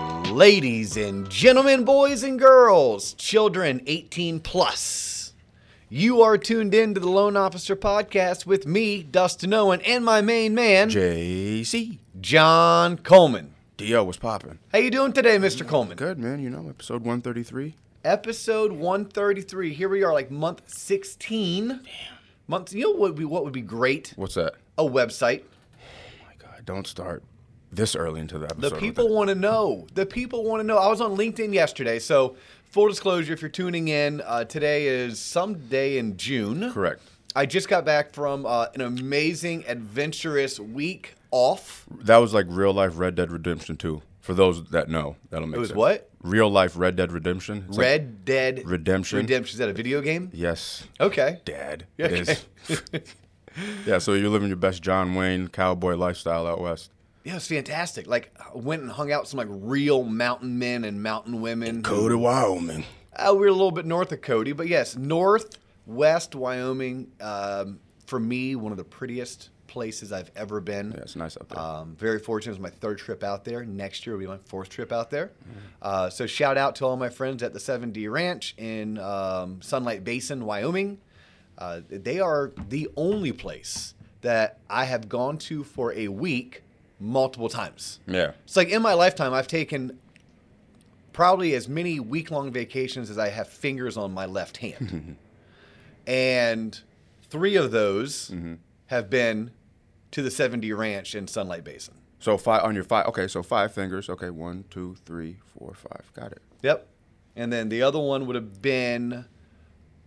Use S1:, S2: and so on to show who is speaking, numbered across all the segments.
S1: Ladies and gentlemen, boys and girls, children 18 plus, you are tuned in to the Loan Officer Podcast with me, Dustin Owen, and my main man,
S2: JC.
S1: John Coleman.
S2: DO was popping.
S1: How you doing today, Mr. Coleman?
S2: Good, man. You know, episode 133.
S1: Episode 133. Here we are, like month 16. Damn. Month. You know what would be what would be great?
S2: What's that?
S1: A website.
S2: Oh my God, don't start this early into the
S1: The
S2: episode. with
S1: people
S2: that.
S1: want to know. The people want to know. I was on LinkedIn yesterday, so full disclosure, if you're tuning in, uh, today is some day in June.
S2: Correct.
S1: I just got back from uh, an amazing, adventurous week off.
S2: That was like real life Red Dead Redemption 2. For those that know, that'll make
S1: It was
S2: sense.
S1: what?
S2: Real life Red Dead Redemption. It's like-
S1: Red Dead
S2: Redemption.
S1: Redemption. Is that a video game?
S2: yes.
S1: Okay.
S2: Dad.
S1: Yeah,
S2: It is. yeah, so you're living your best John Wayne cowboy lifestyle out west.
S1: Yeah, it was fantastic. Like, I went and hung out with some like real mountain men and mountain women.
S2: to Wyoming.
S1: Uh, we were a little bit north of Cody, but yes, northwest Wyoming. Um, for me, one of the prettiest places I've ever been.
S2: Yeah, it's nice up there.
S1: Um, very fortunate. It was my third trip out there. Next year will be my fourth trip out there. Uh, so shout out to all my friends at the 7D Ranch in um, Sunlight Basin, Wyoming. Uh, they are the only place that I have gone to for a week multiple times.
S2: yeah.
S1: It's like in my lifetime, I've taken probably as many week long vacations as I have fingers on my left hand. and three of those have been to the 70 Ranch in Sunlight Basin.
S2: So five on your five. Okay, so five fingers. Okay, one, two, three, four, five. Got it.
S1: Yep. And then the other one would have been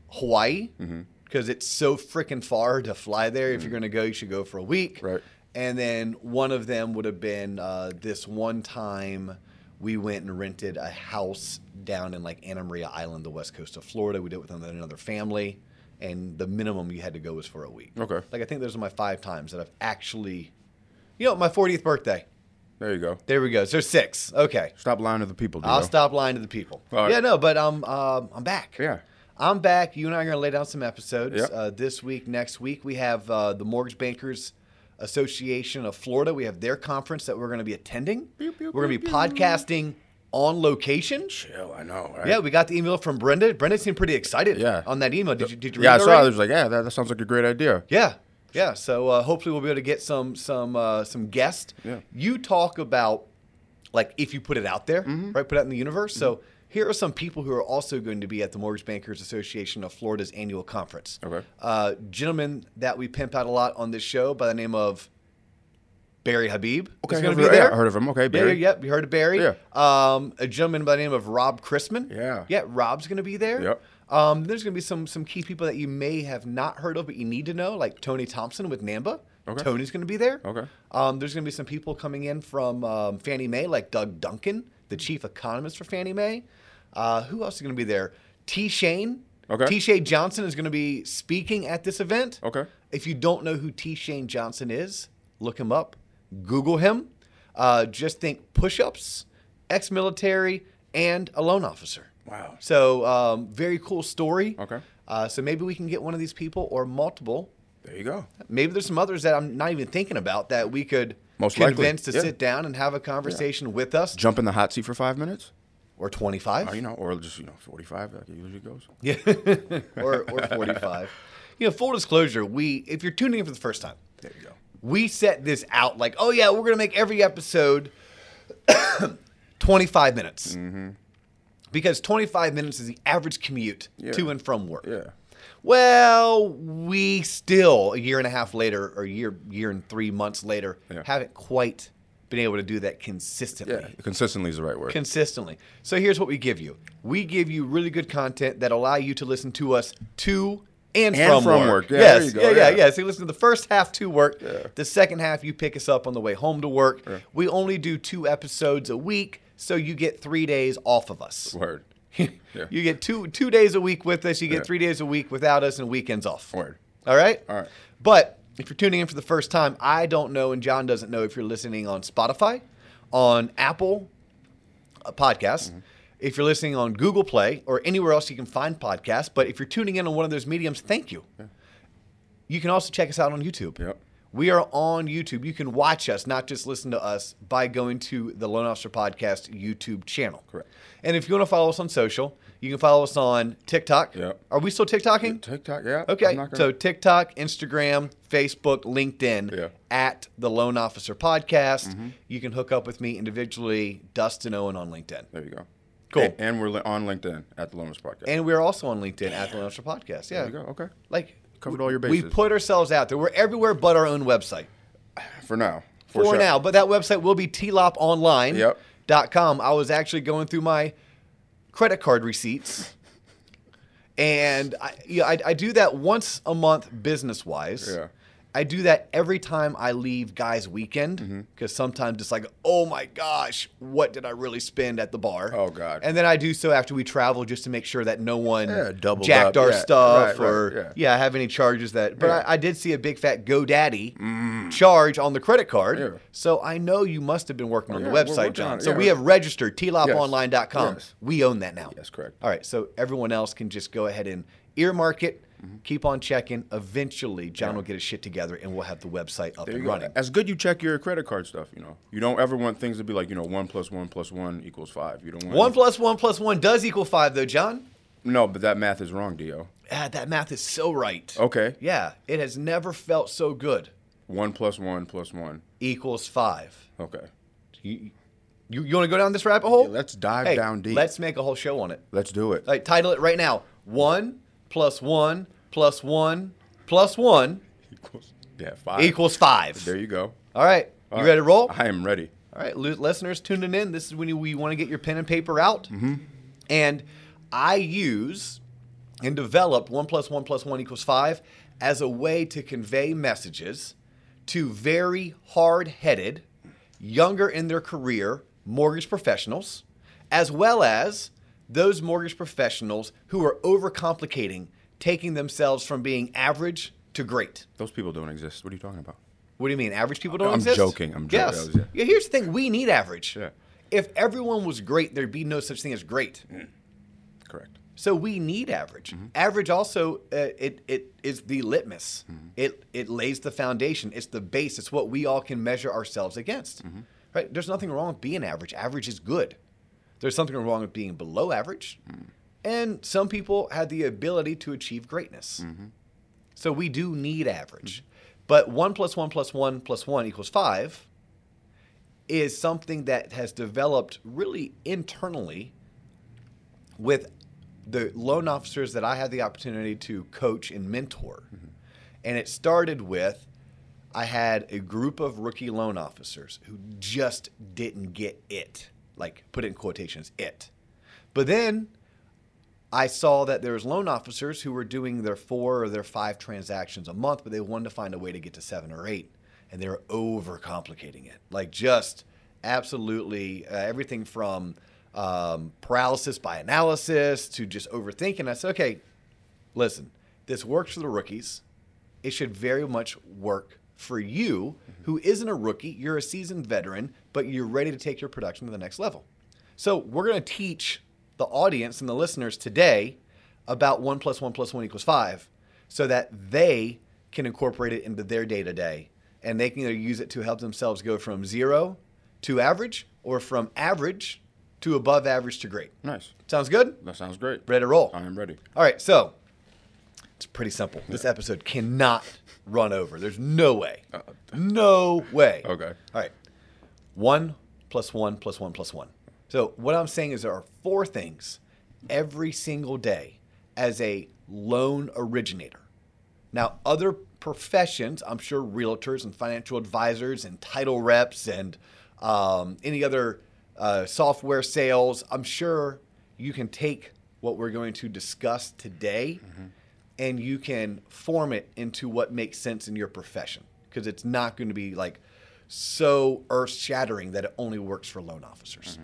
S1: Hawaii
S2: Mm-hmm.
S1: because it's so freaking far to fly there. If you're going to go, you should go for a week.
S2: Mm. Right.
S1: And then one of them would have been uh, this one time we went and rented a house down in like Anna Maria Island, the west coast of Florida. We did it with another family. And the minimum you had to go was for a week.
S2: Okay.
S1: Like I think those are my five times that I've actually, you know, my 40th birthday.
S2: There you go.
S1: There we go. So six. Okay.
S2: Stop lying to the people.
S1: I'll
S2: Dino.
S1: stop lying to the people.
S2: All right.
S1: Yeah, no, but I'm um, I'm back.
S2: Yeah.
S1: I'm back. You and I are going to lay down some episodes
S2: Yep.
S1: uh, this week, next week. We have uh, the Mortgage Bankers Association of Florida. We have their conference that we're going to be attending.
S2: Pew, pew,
S1: we're going to be
S2: pew, pew.
S1: podcasting on location.
S2: Chill. I know. Right?
S1: Yeah, we got the email from Brenda. Brenda seemed pretty excited.
S2: Yeah.
S1: on that email. Did you did you read
S2: yeah, I
S1: it
S2: saw. it. I
S1: already?
S2: was like, yeah, that, that sounds like a great idea.
S1: Yeah, yeah. So uh, hopefully we'll be able to get some some uh, some guests.
S2: Yeah.
S1: You talk about like if you put it out there,
S2: Mm-hmm.
S1: right? Put it out in the universe. So here are some people who are also going to be at the Mortgage Bankers Association of Florida's annual conference.
S2: Okay.
S1: Uh, gentleman that we pimp out a lot on this show by the name of Barry Habib.
S2: Okay,
S1: going
S2: I've
S1: to be
S2: heard- yeah,
S1: there.
S2: I heard of him. Okay, Barry.
S1: Yeah, yep, you heard of Barry.
S2: Yeah.
S1: Um, a gentleman by the name of Rob Chrisman.
S2: Yeah.
S1: Yeah, Rob's going to be there.
S2: Yep.
S1: Um, there's going to be some some key people that you may have not heard of, but you need to know, like Tony Thompson with Namba.
S2: Okay.
S1: Tony's going to be there.
S2: Okay.
S1: Um, there's going to be some people coming in from um, Fannie Mae, like Doug Duncan, the chief economist for Fannie Mae. Uh, who else is going to be there? T. Shane.
S2: Okay.
S1: T. Shane Johnson is going to be speaking at this event.
S2: Okay.
S1: If you don't know who T. Shane Johnson is, look him up, Google him. Uh, just think push ups, ex military, and a loan officer.
S2: Wow.
S1: So, um, very cool story.
S2: Okay.
S1: Uh, so, maybe we can get one of these people or multiple.
S2: There you go.
S1: Maybe there's some others that I'm not even thinking about that we could
S2: Most likely,
S1: convince to
S2: yeah.
S1: sit down and have a conversation with us
S2: Jump in the hot seat for five minutes,
S1: or
S2: or
S1: 25
S2: you know, or just you know, forty-five. Like it usually goes.
S1: Yeah. or, or 45. You know, full disclosure, we, if you're tuning in for the first time,
S2: There you go.
S1: we set this out like, oh yeah, we're gonna make every episode 25 minutes
S2: Mm-hmm.
S1: because 25 minutes is the average commute
S2: Yeah.
S1: to and from work.
S2: Yeah.
S1: Well, we still a year and a half later, or year year and three months later,
S2: Yeah.
S1: haven't quite been able to do that consistently
S2: Yeah. Consistently is the right word.
S1: consistently. So here's what we give you. We give you really good content that allow you to listen to us to and,
S2: And
S1: from,
S2: from
S1: work.
S2: work. Yeah,
S1: yes, yeah,
S2: there you go.
S1: yeah,
S2: Yeah.
S1: yeah. So you listen to the first half to work. The second half you pick us up on the way home to work. We only do two episodes a week, so you get 3 days off of us.
S2: word. Yeah.
S1: You get two two days a week with us, you get
S2: Yeah.
S1: 3 days a week without us and weekends off.
S2: Word.
S1: All right?
S2: All right.
S1: But if you're tuning in for the first time, I don't know, and John doesn't know if you're listening on Spotify, on Apple uh, Podcasts,
S2: Mm-hmm.
S1: if you're listening on Google Play or anywhere else you can find podcasts. But if you're tuning in on one of those mediums, thank you. You can also check us out on YouTube.
S2: Yep.
S1: We are on YouTube. You can watch us, not just listen to us, by going to the Loan Officer Podcast YouTube channel.
S2: Correct.
S1: And if you want to follow us on social, you can follow us on TikTok.
S2: Yep.
S1: Are we still TikToking?
S2: TikTok, yeah.
S1: Okay.
S2: I'm not
S1: So
S2: gonna-
S1: TikTok, Instagram, Facebook, LinkedIn
S2: Yeah. Mm-hmm.
S1: at the Loan Officer Podcast. You can hook up with me individually, Dustin Owen on LinkedIn.
S2: there you go.
S1: Cool.
S2: And, and we're li- on LinkedIn at the Lomas Podcast.
S1: And uh, we're also on LinkedIn at the Loan Officer Podcast. Yeah.
S2: there you go. Okay.
S1: Like
S2: Covered all your
S1: we
S2: bases.
S1: put ourselves out there. We're everywhere but our own website.
S2: For now.
S1: For,
S2: sure.
S1: now. But that website will be tloponline.com.
S2: Yep.
S1: I was actually going through my credit card receipts. And I, yeah, I, I do that once a month business wise.
S2: Yeah.
S1: I do that every time I leave guys' weekend
S2: Mm-hmm.
S1: because sometimes it's like, oh my gosh, what did I really spend at the bar?
S2: Oh, God.
S1: And then I do so after we travel just to make sure that no one
S2: Yeah, doubled
S1: jacked
S2: up.
S1: our
S2: Yeah,
S1: stuff
S2: right, right,
S1: or
S2: yeah.
S1: yeah, I have any charges that. But
S2: Yeah. Mm.
S1: I, I did see a big fat GoDaddy charge on the credit card.
S2: Yeah. Oh,
S1: So I know you must have been working on
S2: Yeah,
S1: the
S2: we're
S1: website,
S2: working
S1: John.
S2: on it,
S1: So
S2: yeah.
S1: we have registered tloponline.com.
S2: Yes.
S1: We own that now.
S2: Yes, correct.
S1: All right. So everyone else can just go ahead and earmark it.
S2: Mm-hmm.
S1: Keep on checking. Eventually, John will get his shit together and we'll have the website up
S2: There you
S1: and
S2: go.
S1: running.
S2: As good you check your credit card stuff, you know. You don't ever want things to be like, you know, one plus one plus one equals five. You don't want
S1: One plus one plus one does equal five, though, John.
S2: No, but that math is wrong, Dio.
S1: Ah, that math is so right.
S2: Okay.
S1: Yeah. It has never felt so good.
S2: One plus one plus one.
S1: Equals five.
S2: Okay.
S1: You, you, you want to go down this rabbit hole?
S2: Yeah, let's dive
S1: Hey,
S2: down deep.
S1: Let's make a whole show on it.
S2: Let's do it.
S1: Like title it right now. One plus one plus one plus one
S2: equals. Yeah, five.
S1: equals five.
S2: There you go.
S1: All right.
S2: All
S1: you
S2: right.
S1: ready to roll?
S2: I am ready.
S1: All right, li- listeners tuning in, this is when you, we want to get your pen and paper out. And I use and developed one plus one plus one equals five as a way to convey messages to very hard headed, younger in their career mortgage professionals, as well as those mortgage professionals who are overcomplicating taking themselves from being average to great.
S2: Those people don't exist. What are you talking about?
S1: What do you mean? Average people don't
S2: I'm
S1: exist?
S2: joking, I'm joking. I
S1: Yes.
S2: was- yeah.
S1: yeah. Here's the thing. We need average.
S2: Yeah.
S1: If everyone was great, there'd be no such thing as great.
S2: Correct.
S1: So we need average. Average also uh, it it is the litmus. It it lays the foundation. It's the base. It's what we all can measure ourselves against. Right? There's nothing wrong with being average. Average is good. There's something wrong with being below average. And some people have the ability to achieve greatness. So we do need average. But one plus one plus one plus one equals five is something that has developed really internally with the loan officers that I had the opportunity to coach and mentor. And it started with I had a group of rookie loan officers who just didn't get it, like put it in quotations, it. But then I saw that there was loan officers who were doing their four or their five transactions a month, but they wanted to find a way to get to seven or eight, and they were overcomplicating it, like just absolutely uh, everything from um, paralysis by analysis to just overthinking. I said, okay, listen, this works for the rookies. It should very much work for you, who isn't a rookie. You're a seasoned veteran, but you're ready to take your production to the next level. So we're going to teach the audience and the listeners today about one plus one plus one equals five, so that they can incorporate it into their day to day, and they can either use it to help themselves go from zero to average, or from average to above average to great.
S2: Nice.
S1: Sounds good?
S2: That sounds great.
S1: Ready to roll?
S2: I am ready.
S1: All right, so it's pretty simple. This episode cannot run over. There's no way. No way.
S2: Okay.
S1: All right. One plus one plus one plus one. So, what I'm saying is there are four things every single day as a loan originator. Now, other professions, I'm sure realtors and financial advisors and title reps and um, any other uh, software sales, I'm sure you can take what we're going to discuss today and you can form it into what makes sense in your profession because it's not going to be like so earth shattering that it only works for loan officers.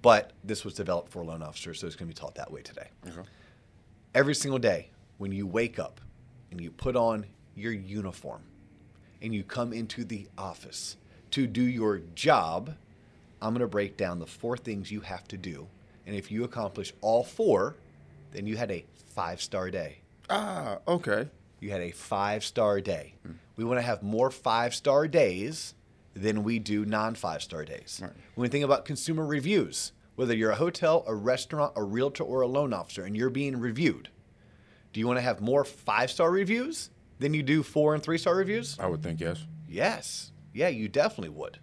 S1: But this was developed for loan officers, so it's going to be taught that way today every single day when you wake up and you put on your uniform and you come into the office to do your job, I'm going to break down the four things you have to do. And if you accomplish all four, then you had a five star day.
S2: Ah, okay.
S1: You had a five star day. we want to have more five star days than we do non five star days. When we think about consumer reviews, whether you're a hotel, a restaurant, a realtor, or a loan officer, and you're being reviewed, do you want to have more five star reviews than you do four and three star reviews?
S2: I would think yes.
S1: Yes. Yeah, you definitely would.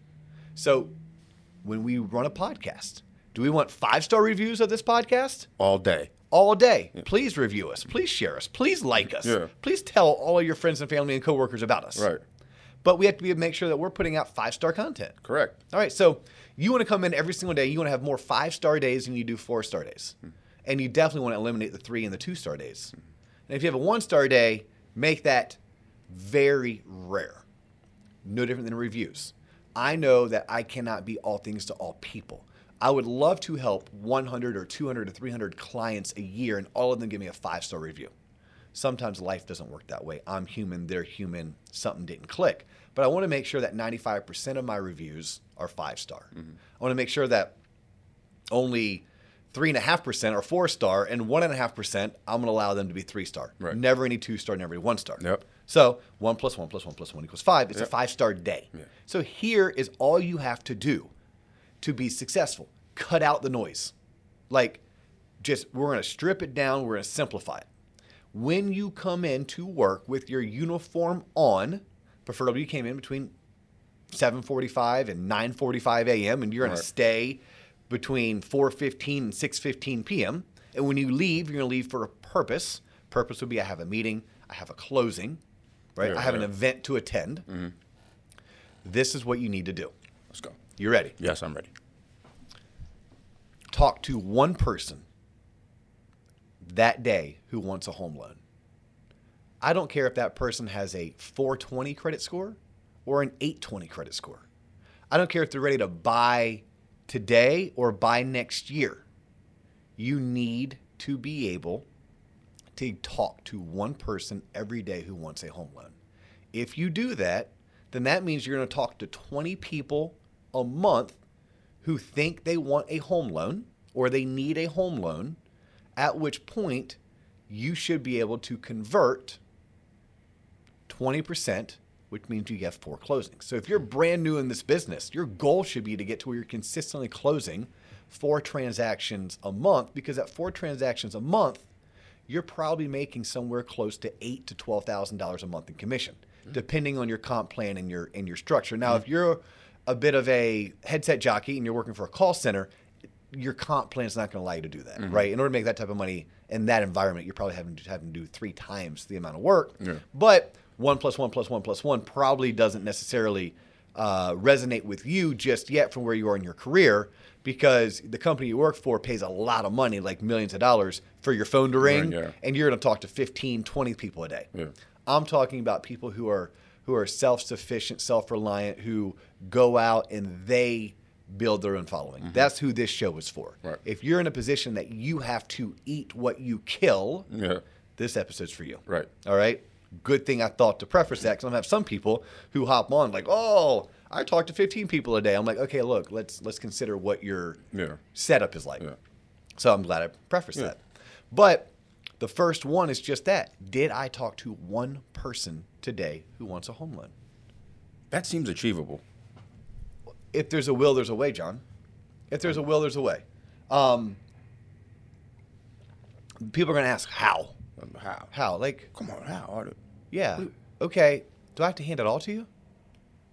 S1: So when we run a podcast, do we want five star reviews of this podcast?
S2: All day.
S1: all day. Please review us. Please share us. Please like us.
S2: Yeah.
S1: Please tell all of your friends and family and coworkers about us.
S2: Right.
S1: But we have to be, make sure that we're putting out five star content.
S2: Correct.
S1: All right. So you want to come in every single day. You want to have more five star days than you do four star days.
S2: Hmm.
S1: And you definitely want to eliminate the three and the two star days. And if you have a one star day, make that very rare. No different than reviews. I know that I cannot be all things to all people. I would love to help 100 or 200 or 300 clients a year and all of them give me a five star review. Sometimes life doesn't work that way. I'm human, they're human, something didn't click. But I want to make sure that 95% of my reviews are five star. I want to make sure that only 3.5% are four star and 1.5%, I'm going to allow them to be three star.
S2: Right.
S1: Never any two star, never any one star.
S2: Yep.
S1: So one plus one plus one plus one equals five. It's a five star day.
S2: Yeah.
S1: So here is all you have to do to be successful. Cut out the noise. Like, just we're going to strip it down, we're going to simplify it. When you come in to work with your uniform on, preferably you came in between 7:45 and 9:45 a.m. and you're going
S2: Right.
S1: to stay between 4:15 and 6:15 p.m. and when you leave you're going to leave for a purpose. Purpose would be I have a meeting, I have a closing, right?
S2: Yeah,
S1: I have an
S2: right. Mm-hmm.
S1: event to attend. This is what you need to do.
S2: Let's go.
S1: You ready?
S2: Yes, I'm ready.
S1: Talk to one person that day who wants a home loan. I don't care if that person has a 420 credit score or an 820 credit score. I don't care if they're ready to buy today or buy next year. You need to be able to talk to one person every day who wants a home loan. If you do that, then that means you're going to talk to 20 people a month who think they want a home loan or they need a home loan, at which point you should be able to convert 20%, which means you have four closings. So if you're brand new in this business, your goal should be to get to where you're consistently closing four transactions a month because at four transactions a month, you're probably making somewhere close to eight to twelve thousand dollars a month in commission, depending on your comp plan and your and your structure. Now, if you're a bit of a headset jockey and you're working for a call center, your comp plan is not going to allow you to do
S2: Mm-hmm.
S1: that, right? In order to make that type of money in that environment, you're probably having to having to do three times the amount of work. But one plus one plus one plus one probably doesn't necessarily uh, resonate with you just yet from where you are in your career because the company you work for pays a lot of money, like millions of dollars, for your phone to ring,
S2: yeah.
S1: and you're going to talk to 15, 20 people a day.
S2: Yeah.
S1: I'm talking about people who are who are self-sufficient, self-reliant, who go out and they build their own following. That's who this show is for.
S2: Mm-hmm. Right.
S1: If you're in a position that you have to eat what you kill,
S2: Yeah.
S1: this episode's for you.
S2: Right.
S1: All right. Good thing I thought to preface that because I'm gonna have some people who hop on like, oh, I talk to 15 people a day. I'm like, okay, look, let's let's consider what your
S2: Yeah.
S1: setup is like.
S2: Yeah.
S1: So I'm glad I prefaced that. But the first one is just that. Did I talk to one person today who wants a home loan?
S2: That seems achievable.
S1: If there's a will, there's a way, John. If there's a will, there's a way. Um, people are gonna ask how,
S2: Um, How?
S1: how, like
S2: Come on, how? Are the-
S1: Yeah. Okay. Do I have to hand it all to you?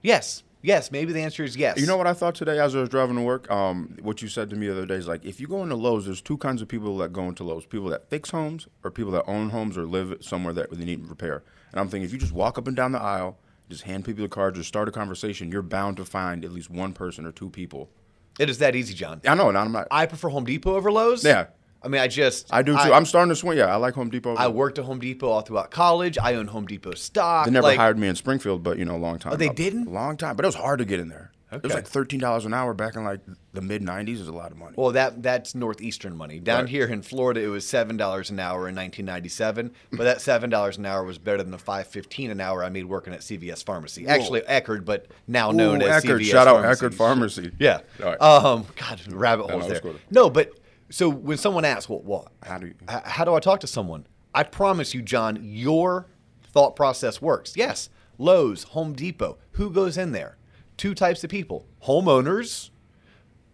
S1: Yes. Yes. Maybe the answer is yes.
S2: You know what I thought today as I was driving to work? Um, what you said to me the other day is like, if you go into Lowe's, there's two kinds of people that go into Lowe's: people that fix homes, or people that own homes or live somewhere that they need repair. And I'm thinking, if you just walk up and down the aisle, just hand people the cards, or start a conversation, you're bound to find at least one person or two people.
S1: It is that easy, John.
S2: I know, and I'm not. I,
S1: I prefer Home Depot over Lowe's.
S2: Yeah.
S1: I mean, I just.
S2: do too. I, am starting to swing. Yeah, I like Home Depot.
S1: I worked at Home Depot all throughout college. I own Home Depot stock.
S2: They never
S1: Like, Oh,
S2: hired me in Springfield, but you know, a long time.
S1: they
S2: ago.
S1: didn't?
S2: Long time, but it was hard to get in there. It was
S1: Okay.
S2: like thirteen dollars an hour back in like the mid '90s. Is a lot of money.
S1: Well, that that's northeastern money. Down
S2: Right.
S1: here in Florida, it was seven dollars an hour in 1997. But that seven dollars an hour was better than the five fifteen an hour I made working at CVS Pharmacy. Actually, Eckerd, but now known
S2: Ooh,
S1: as
S2: Eckerd,
S1: CVS
S2: shout out
S1: Pharmacy.
S2: Eckerd Pharmacy.
S1: Yeah.
S2: All right.
S1: Um. God, rabbit holes
S2: was
S1: there.
S2: good.
S1: No, but so when someone asks, "Well, what?
S2: How do you-
S1: h- how do I talk to someone?" I promise you, John, your thought process works. Yes, Lowe's, Home Depot. Who goes in there? Two types of people homeowners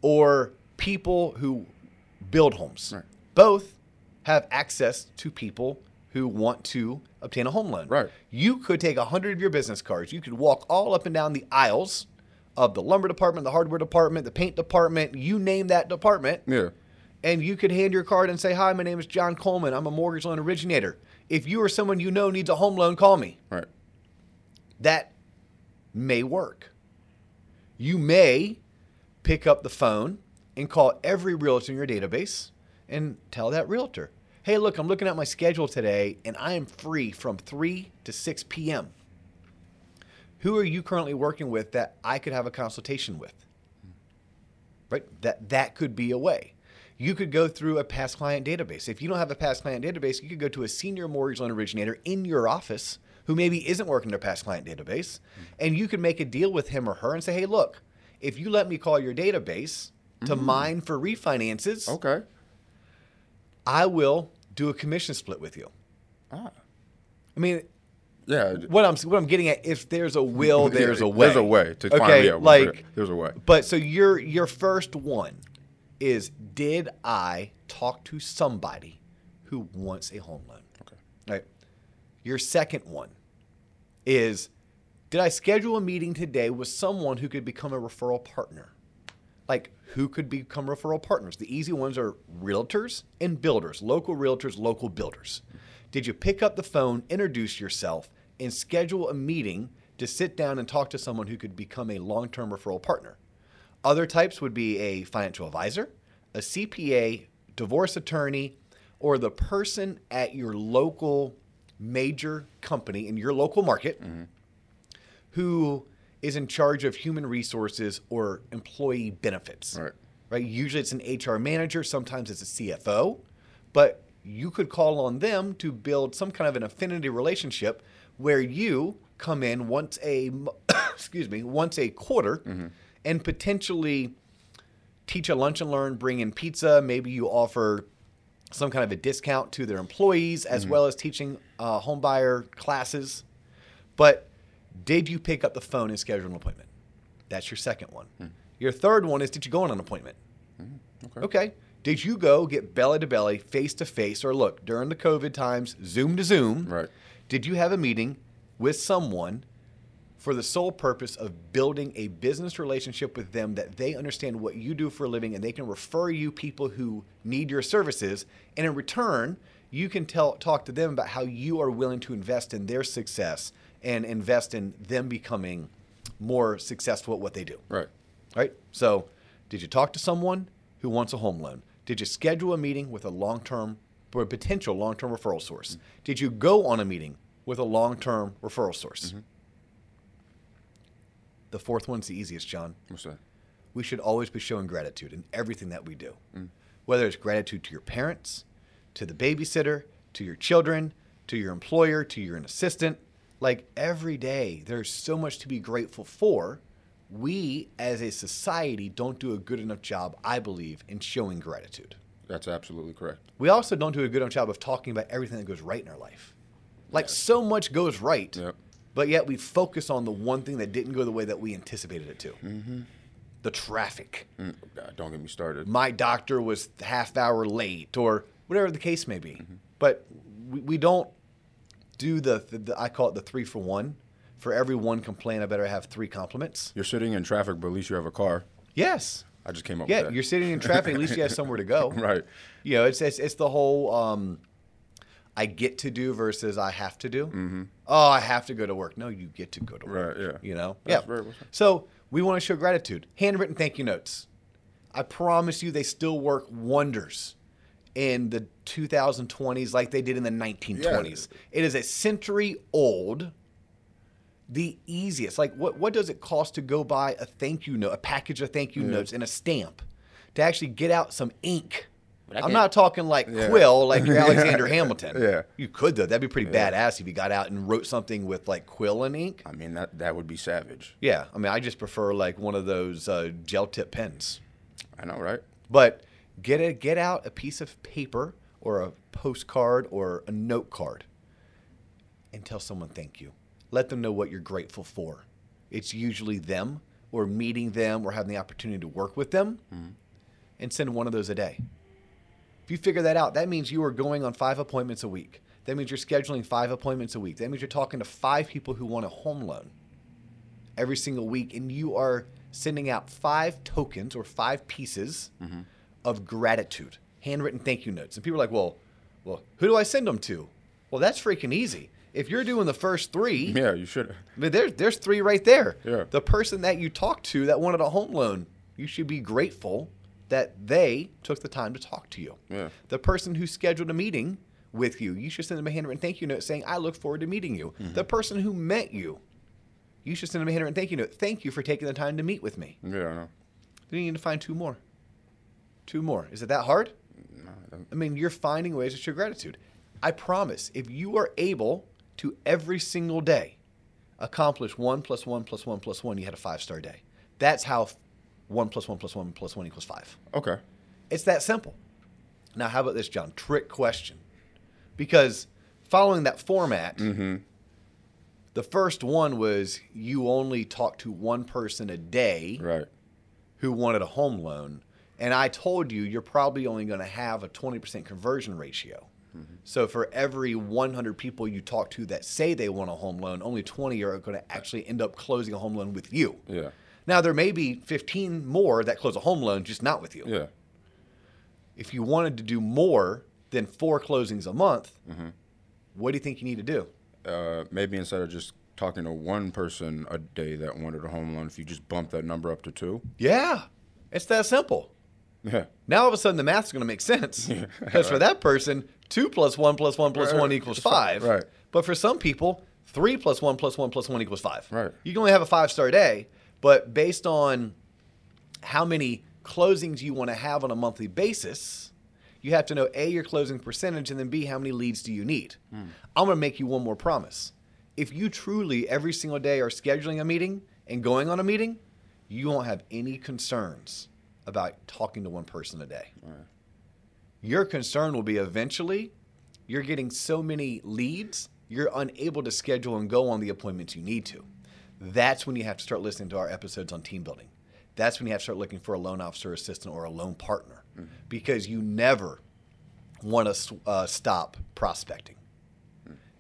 S1: or people who build homes.
S2: Right.
S1: Both have access to people who want to obtain a home loan.
S2: Right.
S1: You could take a hundred of your business cards. You could walk all up and down the aisles of the lumber department, the hardware department, the paint department, you name that department
S2: Yeah.
S1: and you could hand your card and say, "Hi, my name is John Coleman. I'm a mortgage loan originator. If you or someone you know needs a home loan, call me."
S2: Right.
S1: That may work. You may pick up the phone and call every realtor in your database and tell that realtor, "Hey, look, I'm looking at my schedule today and I am free from 3 to 6 p.m. Who are you currently working with that I could have a consultation with?" right? That that could be a way. You could go through a past client database. If you don't have a past client database, you could go to a senior mortgage loan originator in your office who maybe isn't working their past client database, and you could make a deal with him or her and say, "Hey, look, if you let me call your database to mine for refinances,
S2: Mm. Okay.
S1: I will do a commission split with you."
S2: Ah.
S1: I mean,
S2: Yeah.
S1: what I'm what I'm getting at if there's a will, there's a
S2: Yeah,
S1: way.
S2: There's a way to
S1: okay,
S2: finally. yeah,
S1: like
S2: there's a way.
S1: But so your your first one is did I talk to somebody who wants a home loan? Okay. Right. Your second one is did I schedule a meeting today with someone who could become a referral partner? Like who could become referral partners? The easy ones are realtors and builders, local realtors, local builders. Did you pick up the phone, introduce yourself, and schedule a meeting to sit down and talk to someone who could become a long term referral partner? Other types would be a financial advisor, a CPA, divorce attorney, or the person at your local major company in your local market who is in charge of human resources or employee benefits.
S2: Right.
S1: Right. Usually it's an HR manager, sometimes it's a CFO, but you could call on them to build some kind of an affinity relationship where you come in once a m- excuse me, once a quarter and potentially teach a lunch and learn, bring in pizza. Maybe you offer some kind of a discount to their employees as well as teaching uh, homebuyer classes. But did you pick up the phone and schedule an appointment? That's your second one. Your third one is did you go on an appointment?
S2: Hmm. okay.
S1: okay. Did you go get belly to belly, face to face, or look, during the COVID times, Zoom to Zoom?
S2: Right.
S1: Did you have a meeting with someone for the sole purpose of building a business relationship with them that they understand what you do for a living and they can refer you people who need your services and in return you can tell talk to them about how you are willing to invest in their success and invest in them becoming more successful at what they do
S2: Right.
S1: right so did you talk to someone who wants a home loan did you schedule a meeting with a long-term or a potential long-term referral source did you go on a meeting with a long-term referral source the fourth one's the easiest john
S2: What's that?
S1: we should always be showing gratitude in everything that we do. Whether it's gratitude to your parents, to the babysitter, to your children, to your employer, to your assistant. Like every day, there's so much to be grateful for. We as a society don't do a good enough job, I believe, in showing gratitude.
S2: That's absolutely correct.
S1: We also don't do a good enough job of talking about everything that goes right in our life. Like so much goes right,
S2: Yep.
S1: but yet we focus on the one thing that didn't go the way that we anticipated it to the traffic
S2: Mm, God, don't get me started.
S1: my doctor was half hour late or whatever the case may be but we, we don't do the, the, the i call it the three for one for every one complaint i better have three compliments
S2: You're sitting in traffic, but at least you have a car.
S1: yes
S2: I just came up
S1: yeah
S2: with that.
S1: you're sitting in traffic at least you have somewhere to go
S2: Right.
S1: you know it's it's, it's the whole um, i get to do versus i have to do mm-hmm. oh i have to go to work no you get to go to work
S2: Right, yeah.
S1: you know
S2: That's
S1: yeah
S2: very well said.
S1: so we want to show gratitude handwritten thank you notes i promise you they still work wonders in the 2020s like they did in the 1920s it is a century old the easiest. Like, what, what does it cost to go buy a thank you note, a package of thank you notes, and a stamp to actually get out some ink? I'm not talking like
S2: Yeah.
S1: quill, like you're Alexander Hamilton.
S2: Yeah.
S1: You could, though. That'd be pretty badass if you got out and wrote something with like quill and ink.
S2: I mean, that that would be savage.
S1: Yeah. I mean, I just prefer like one of those uh, gel tip pens.
S2: I know, right?
S1: But get a get out a piece of paper or a postcard or a note card and tell someone thank you. let them know what you're grateful for. It's usually them or meeting them or having the opportunity to work with them and send one of those a day. If you figure that out, that means you are going on five appointments a week. That means you're scheduling five appointments a week. That means you're talking to five people who want a home loan every single week, and you are sending out five tokens or five pieces of gratitude, handwritten thank you notes. And people are like, well, well, who do I send them to? Well, that's freaking easy. If you're doing the first three,
S2: Yeah, you should.
S1: I mean, there's there's three right there.
S2: Yeah.
S1: The person that you talked to that wanted a home loan, you should be grateful that they took the time to talk to you.
S2: Yeah.
S1: The person who scheduled a meeting with you, you should send them a handwritten thank you note saying, "I look forward to meeting you."
S2: Mm-hmm.
S1: The person who met you, you should send them a handwritten thank you note. Thank you for taking the time to meet with me.
S2: Yeah, I know.
S1: Then you need to find two more. Two more. Is it that hard?
S2: No, I don't-
S1: I mean, you're finding ways to show gratitude. I promise, if you are able to every single day accomplish one plus one plus one plus one, you had a five star day. That's how f- one plus one plus one plus one equals five.
S2: Okay.
S1: It's that simple. Now, how about this, John? Trick question. Because following that format,
S2: Mm-hmm.
S1: the first one was you only talk to one person a day
S2: Right.
S1: who wanted a home loan, and I told you you're probably only going to have a 20% conversion ratio.
S2: Mm-hmm.
S1: So for every 100 people you talk to that say they want a home loan, only 20 are going to actually end up closing a home loan with you.
S2: Yeah.
S1: Now there may be 15 more that close a home loan, just not with you.
S2: Yeah.
S1: If you wanted to do more than four closings a month,
S2: Mm-hmm.
S1: what do you think you need to do?
S2: Uh, maybe instead of just talking to one person a day that wanted a home loan, if you just bump that number up to two.
S1: Yeah, it's that simple.
S2: Yeah.
S1: Now all of a sudden the math's going to make sense because for that person, two plus one plus one plus
S2: Right,
S1: one
S2: right.
S1: equals five.
S2: Right.
S1: But for some people, three plus one plus one plus one equals five.
S2: Right.
S1: You can only have a five star day, but based on how many closings you want to have on a monthly basis, you have to know a your closing percentage and then b how many leads do you need. I'm going to make you one more promise. If you truly every single day are scheduling a meeting and going on a meeting, you won't have any concerns about talking to one person a day your concern will be eventually you're getting so many leads, you're unable to schedule and go on the appointments you need to. That's when you have to start listening to our episodes on team building. That's when you have to start looking for a loan officer assistant or a loan partner because you never want to uh, stop prospecting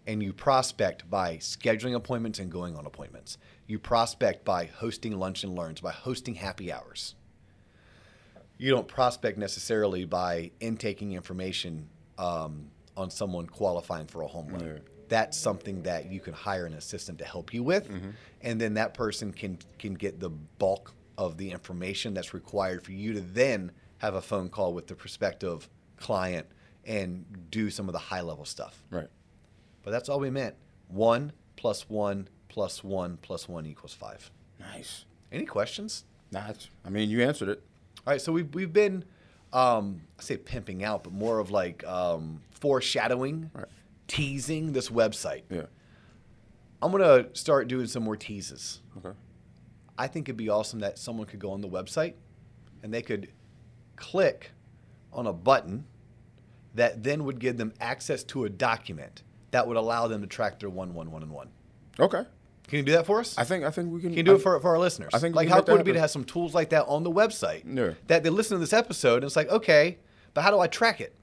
S1: and you prospect by scheduling appointments and going on appointments. You prospect by hosting lunch and learns, by hosting happy hours. You don't prospect necessarily by intaking information um, on someone qualifying for a home loan. That's something that you can hire an assistant to help you with, and then that person can can get the bulk of the information that's required for you to then have a phone call with the prospective client and do some of the high level stuff.
S2: Right.
S1: But that's all we meant. One plus one plus one plus one equals five.
S2: Nice.
S1: Any questions?
S2: That's. I mean, you answered it.
S1: All right, so we've, we've been, um, I say pimping out, but more of like um, foreshadowing,
S2: Right.
S1: teasing this website.
S2: Yeah.
S1: I'm going to start doing some more teases.
S2: Okay.
S1: I think it'd be awesome that someone could go on the website and they could click on a button that then would give them access to a document that would allow them to track their 111 and 1.
S2: Okay.
S1: Can you do that for us?
S2: I think. I think we can.
S1: Can you do
S2: I-
S1: it for, for our listeners?
S2: I think we
S1: like
S2: can
S1: how
S2: make that
S1: cool would it be to
S2: happen.
S1: have some tools like that on the website
S2: Yeah.
S1: that they listen to this episode and it's like, okay, but how do I track it?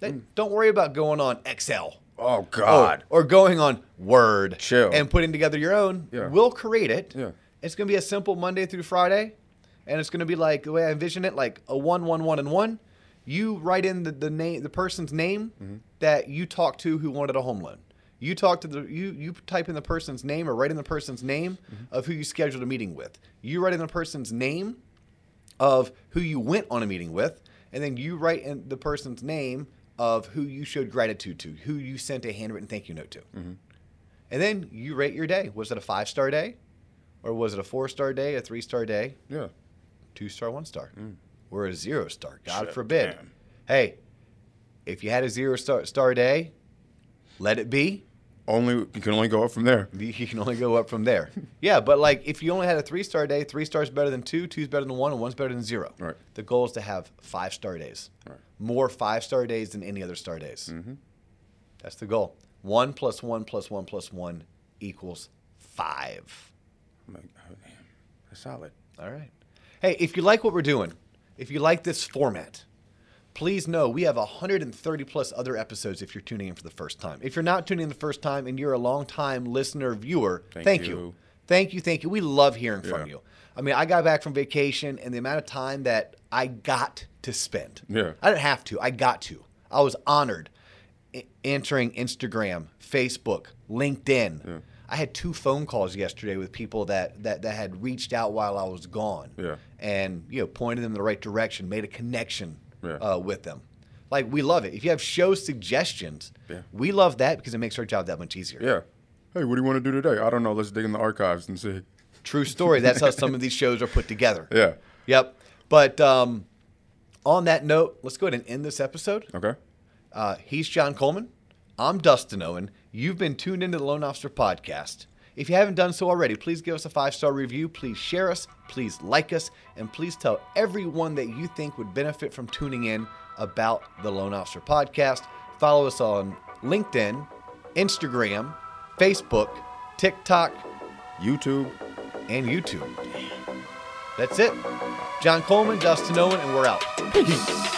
S1: They, Don't worry about going on Excel
S2: Hmm. Oh God.
S1: or, or going on Word
S2: Chill.
S1: and putting together your own.
S2: Yeah.
S1: We'll create it.
S2: Yeah.
S1: It's going to be a simple Monday through Friday, and it's going to be like the way I envision it, like a one, one, one, and one. You write in the, the name, the person's name that you talked to who wanted a home loan. You talk to the you you type in the person's name or write in the person's name of who you scheduled a meeting with. You write in the person's name of who you went on a meeting with, and then you write in the person's name of who you showed gratitude to, who you sent a handwritten thank you note to. And then you rate your day. Was it a five star day? Or was it a four star day, a three star day,
S2: Yeah.
S1: two star, one star? Or a zero star? God
S2: Mm. Shit,
S1: forbid.
S2: damn.
S1: Hey, if you had a zero star, star day, let it be.
S2: Only you can only go up from there.
S1: You you can only go up from there. Yeah, but like if you only had a three star day, three stars better than two, two's better than one, and one's better than zero.
S2: Right.
S1: The goal is to have five star days.
S2: Right. Mm-hmm.
S1: More five star days than any other star days. That's the goal. One plus one plus one plus one equals five.
S2: I'm like, oh, damn, that's solid.
S1: All right. Hey, if you like what we're doing, if you like this format, please know we have 130 plus other episodes if you're tuning in for the first time. If you're not tuning in the first time and you're a long time listener, viewer, thank,
S2: Thank
S1: you.
S2: you.
S1: Thank you. Thank you. We love hearing
S2: Yeah.
S1: from you. I mean, I got back from vacation and the amount of time that I got to spend.
S2: Yeah.
S1: I didn't have to. I got to. I was honored I- answering Instagram, Facebook, LinkedIn. I had two phone calls yesterday with people that, that, that had reached out while I was gone
S2: Yeah.
S1: and you know pointed them in the right direction, made a connection
S2: Yeah.
S1: uh, with them. Like we love it. If you have show suggestions,
S2: Yeah.
S1: we love that because it makes our job that much easier.
S2: Yeah. Hey, what do you want to do today? I don't know. Let's dig in the archives and see.
S1: True story. That's how some of these shows are put together.
S2: Yeah.
S1: Yep. But um, on that note, let's go ahead and end this episode.
S2: Okay.
S1: Uh, he's John Coleman. I'm Dustin Owen. You've been tuned into the Loan Officer Podcast. If you haven't done so already, please give us a five star review. Please share us. Please like us. And please tell everyone that you think would benefit from tuning in about the Loan Officer Podcast. Follow us on LinkedIn, Instagram, Facebook, TikTok,
S2: YouTube.
S1: and YouTube. That's it. John Coleman, Dustin Owen, and we're out.
S2: Peace.